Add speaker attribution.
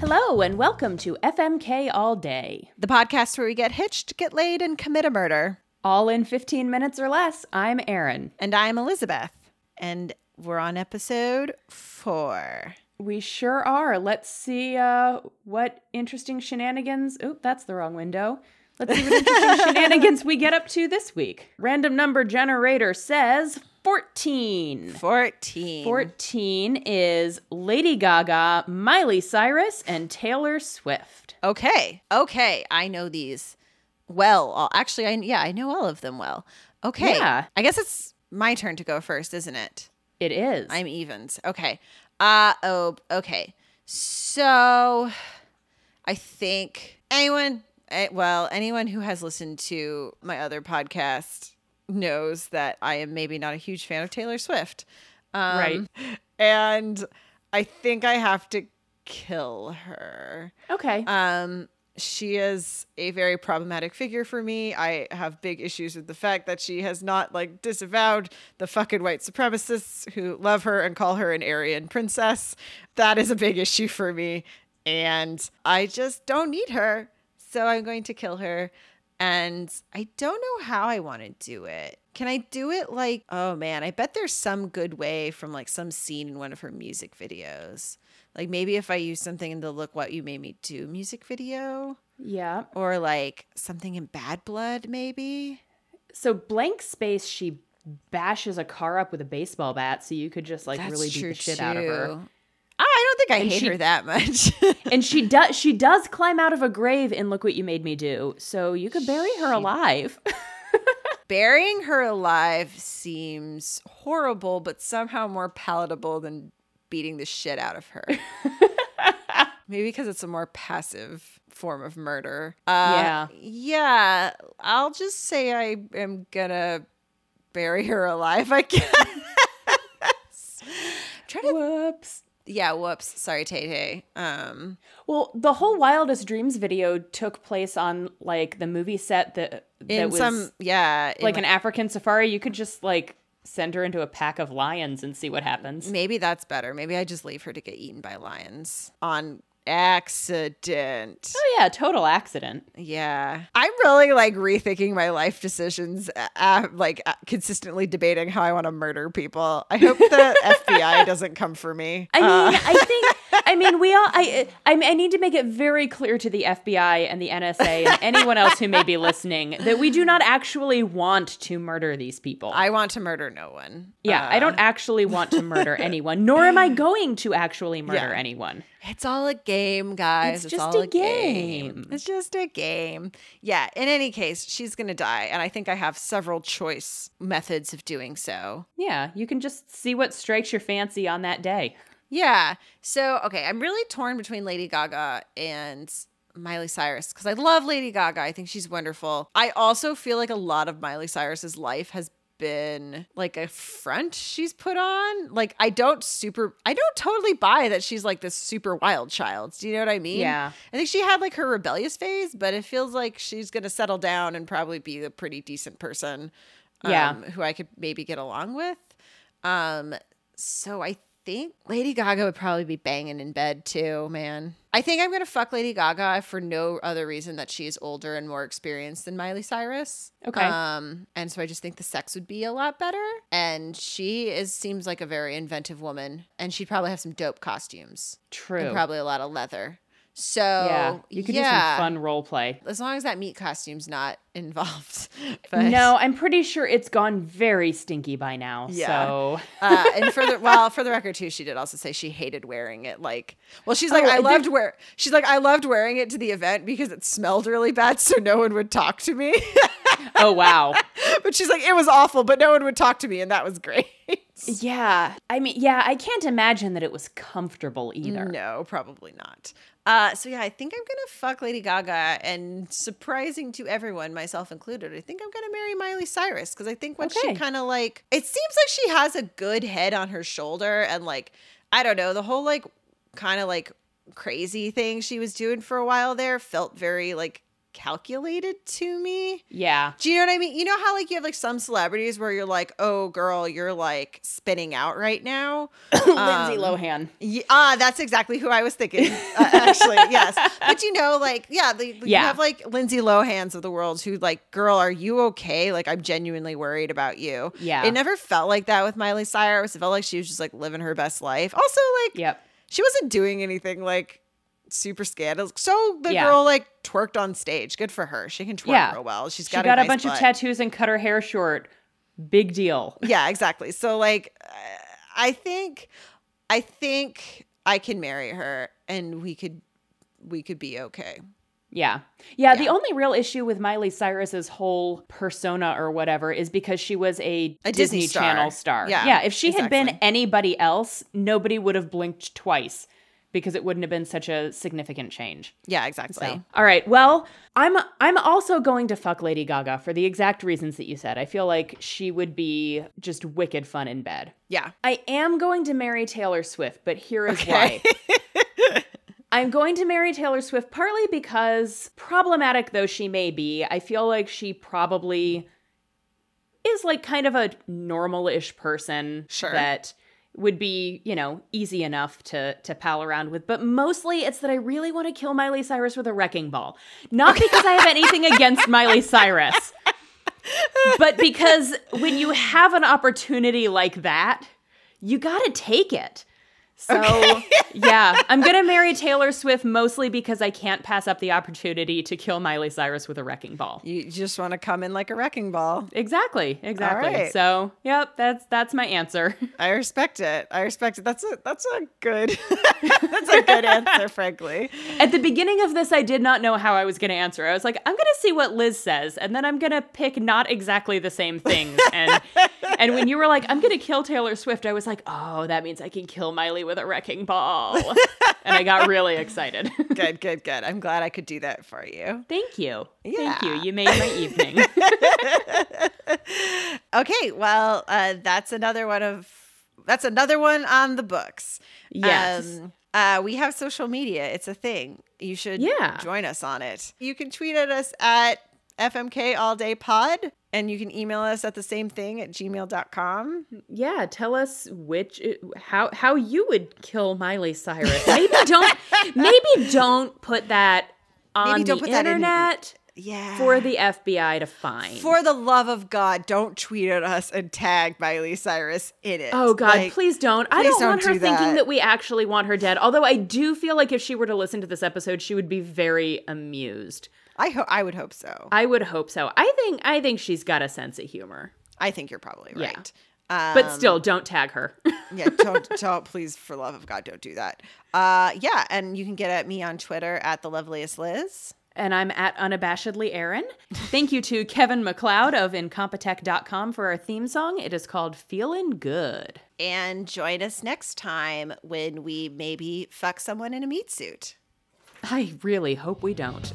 Speaker 1: Hello, and welcome to FMK All Day.
Speaker 2: the podcast where we get hitched, get laid, and commit a murder.
Speaker 1: All in 15 minutes or less, I'm Erin.
Speaker 2: And I'm Elizabeth, and we're on episode four.
Speaker 1: We sure are. Let's see uh, what interesting shenanigans. Oop, that's the wrong window. Let's see what interesting shenanigans we get up to this week. Random number generator says 14.
Speaker 2: 14.
Speaker 1: 14 is Lady Gaga, Miley Cyrus, and Taylor Swift.
Speaker 2: Okay. Okay. I know these well. All- Actually, I yeah, I know all of them well. Okay.
Speaker 1: Yeah.
Speaker 2: I guess it's my turn to go first, isn't it?
Speaker 1: It is.
Speaker 2: I'm evens. Okay. Uh oh. Okay. So, I think anyone, eh, well, anyone who has listened to my other podcast knows that I am maybe not a huge fan of Taylor Swift. Um,
Speaker 1: Right.
Speaker 2: And I think I have to kill her.
Speaker 1: okay.
Speaker 2: Um, she is a very problematic figure for me. I have big issues with the fact that she has not like disavowed the fucking white supremacists who love her and call her an Aryan princess. That is a big issue for me. And I just don't need her. So I'm going to kill her. And I don't know how I want to do it. Can I do it like, oh man, I bet there's some good way from like some scene in one of her music videos. Like maybe if I use something in the Look What You Made Me Do music video
Speaker 1: yeah.
Speaker 2: or like something in Bad Blood, maybe.
Speaker 1: So blank space, she bashes a car up with a baseball bat, so you could just like really beat the shit out of her.
Speaker 2: too. I don't think I
Speaker 1: And
Speaker 2: hate
Speaker 1: she-
Speaker 2: her that much.
Speaker 1: And she does she does climb out of a grave and look what you made me do. So you could bury her alive.
Speaker 2: Burying her alive seems horrible, but somehow more palatable than beating the shit out of her. Maybe because it's a more passive form of murder. Uh,
Speaker 1: Yeah.
Speaker 2: Yeah. I'll just say I am going to bury her alive, I guess. Try to.
Speaker 1: Whoops.
Speaker 2: Yeah, whoops. Sorry, Tay Tay. Um,
Speaker 1: Well, the whole Wildest Dreams video took place on like the movie set that that
Speaker 2: in
Speaker 1: was
Speaker 2: some. Yeah. in
Speaker 1: like an African safari. You could just like send her into a pack of lions and see what happens.
Speaker 2: Maybe that's better. Maybe I just leave her to get eaten by lions on accident.
Speaker 1: Oh yeah, total accident.
Speaker 2: Yeah. I'm really like rethinking my life decisions, uh, uh, like uh, consistently debating how I want to murder people. I hope the FBI doesn't come for me. Uh,
Speaker 1: I mean, I think. I mean, we all. I, I. I need to make it very clear to the FBI and the NSA and anyone else who may be listening that we do not actually want to murder these people.
Speaker 2: I um, want to murder no one. Uh,
Speaker 1: yeah, I don't actually want to murder anyone, nor am I going to actually murder
Speaker 2: Yeah.
Speaker 1: anyone.
Speaker 2: It's all a game,
Speaker 1: It's
Speaker 2: guys. It's,
Speaker 1: just
Speaker 2: all
Speaker 1: a
Speaker 2: a, game.
Speaker 1: game.
Speaker 2: It's just a game. Yeah. In any case, she's going to die. And I think I have several choice methods of doing so.
Speaker 1: Yeah, you can just see what strikes your fancy on that day.
Speaker 2: Yeah. So, okay, I'm really torn between Lady Gaga and Miley Cyrus because I love Lady Gaga. I think she's wonderful. I also feel like a lot of Miley Cyrus's life has been like a front she's put on. Like, I don't super, I don't totally buy that she's like this super wild child. Do you know what I mean?
Speaker 1: Yeah.
Speaker 2: I think she had like her rebellious phase, but it feels like she's going to settle down and probably be a pretty decent person.
Speaker 1: Yeah.
Speaker 2: um, Who I could maybe get along with. Um, so I think Lady Gaga would probably be banging in bed too, man. I think I'm gonna fuck Lady Gaga for no other reason that she is older and more experienced than Miley Cyrus.
Speaker 1: Okay.
Speaker 2: Um, and so I just think the sex would be a lot better. And she is seems like a very inventive woman, and she'd probably have some dope costumes
Speaker 1: True.
Speaker 2: and probably a lot of leather. So
Speaker 1: yeah, you could do
Speaker 2: yeah.
Speaker 1: some fun role play.
Speaker 2: As long as that meat costume's not involved. But
Speaker 1: No, I'm pretty sure it's gone very stinky by now.
Speaker 2: Yeah.
Speaker 1: So
Speaker 2: uh, and for the well, for the record too, she did also say she hated wearing it. Like, well, she's like,
Speaker 1: Oh,
Speaker 2: I
Speaker 1: there-
Speaker 2: loved wear. She's like, I loved wearing it to the event because it smelled really bad, so no one would talk to me.
Speaker 1: oh wow.
Speaker 2: but she's like, it was awful, but no one would talk to me, and that was great.
Speaker 1: Yeah. I mean, yeah, I can't imagine that it was comfortable either.
Speaker 2: no, probably not. Uh, so yeah, I think I'm gonna fuck Lady Gaga, and surprising to everyone, myself included, I think I'm gonna marry Miley Cyrus because I think once
Speaker 1: Okay.
Speaker 2: she kind of like, it seems like she has a good head on her shoulder, and like, I don't know, the whole like, kind of like crazy thing she was doing for a while there felt very like calculated to me.
Speaker 1: Yeah.
Speaker 2: Do you know what I mean? You know how like you have like some celebrities where you're like, "Oh girl, you're like spinning out right now."
Speaker 1: Lindsay Lohan.
Speaker 2: Yeah, ah, that's exactly who I was thinking. Uh, actually, yes. But you know, like, yeah, the, you
Speaker 1: Yeah.
Speaker 2: have like Lindsay Lohan's of the world who, like, girl, are you okay? Like, I'm genuinely worried about you.
Speaker 1: Yeah.
Speaker 2: It never felt like that with Miley Cyrus. It felt like she was just like living her best life. Also, like,
Speaker 1: Yep.
Speaker 2: she wasn't doing anything like super scandalous. So the
Speaker 1: Yeah.
Speaker 2: girl like twerked on stage. Good for her. She can twerk
Speaker 1: Yeah.
Speaker 2: real well. She's
Speaker 1: She
Speaker 2: got,
Speaker 1: got a,
Speaker 2: nice
Speaker 1: bunch of
Speaker 2: butt.
Speaker 1: tattoos and cut her hair short. Big deal.
Speaker 2: yeah exactly so like uh, i think i think i can marry her and we could we could be okay
Speaker 1: Yeah. yeah. The
Speaker 2: Yeah.
Speaker 1: only real issue with Miley Cyrus's whole persona or whatever is because she was a,
Speaker 2: A Disney
Speaker 1: Disney,
Speaker 2: star.
Speaker 1: Channel star.
Speaker 2: Yeah,
Speaker 1: yeah. If she had been
Speaker 2: exactly.
Speaker 1: anybody else, nobody would have blinked twice because it wouldn't have been such a significant change.
Speaker 2: yeah exactly
Speaker 1: So, all right. Well, I'm I'm also going to fuck Lady Gaga for the exact reasons that you said. I feel like she would be just wicked fun in bed.
Speaker 2: yeah
Speaker 1: I am going to marry Taylor Swift, but here is why. I'm going to marry Taylor Swift partly because problematic though she may be, I feel like she probably is like kind of a normal-ish person
Speaker 2: Sure.
Speaker 1: that would be, you know, easy enough to to pal around with, but mostly it's that I really want to kill Miley Cyrus with a wrecking ball. Not because I have anything against Miley Cyrus, but because when you have an opportunity like that, you got to take it. So, yeah, I'm going to marry Taylor Swift mostly because I can't pass up the opportunity to kill Miley Cyrus with a wrecking ball.
Speaker 2: you just want to come in like a wrecking ball
Speaker 1: Exactly, exactly.
Speaker 2: right.
Speaker 1: So, yep, that's that's my answer.
Speaker 2: i respect it i respect it that's a that's a good that's a good answer frankly
Speaker 1: At the beginning of this, I did not know how I was going to answer. I was like, I'm going to see what Liz says, and then I'm going to pick not exactly the same things. And and when you were like, I'm going to kill Taylor Swift, I was like, oh, that means I can kill Miley with a wrecking ball. and I got really excited.
Speaker 2: good good good i'm glad i could do that for you
Speaker 1: Thank you. Thank
Speaker 2: Yeah.
Speaker 1: you. You made my evening.
Speaker 2: Okay, well, uh, that's another one of that's another one on the books.
Speaker 1: Yes.
Speaker 2: Um, uh, we have social media. It's a thing. You should
Speaker 1: Yeah.
Speaker 2: join us on it. You can tweet at us at FMK All Day Pod, and you can email us at the same thing at gmail.com.
Speaker 1: yeah, tell us which uh, how how you would kill Miley Cyrus. Maybe don't maybe don't put that on
Speaker 2: Maybe don't
Speaker 1: the
Speaker 2: put that in-
Speaker 1: internet
Speaker 2: Yeah.
Speaker 1: for the FBI to find.
Speaker 2: for the love of God, don't tweet at us and tag Miley Cyrus in it.
Speaker 1: Oh God!
Speaker 2: Like,
Speaker 1: please don't. I
Speaker 2: please
Speaker 1: don't,
Speaker 2: don't
Speaker 1: want her
Speaker 2: do that.
Speaker 1: thinking that we actually want her dead. Although I do feel like if she were to listen to this episode, she would be very amused.
Speaker 2: I ho- I would hope so.
Speaker 1: I would hope so. I think I think she's got a sense of humor,
Speaker 2: I think you're probably
Speaker 1: Yeah.
Speaker 2: right. Um,
Speaker 1: but still, don't tag her.
Speaker 2: yeah, don't, don't, please, for love of God, don't do that. Uh, yeah, and you can get at me on Twitter at the loveliest Liz.
Speaker 1: and I'm at unabashedly Aaron. Thank you to Kevin McLeod of Incompetech.com for our theme song. It is called "Feeling Good."
Speaker 2: And join us next time when we maybe fuck someone in a meat suit.
Speaker 1: I really hope we don't.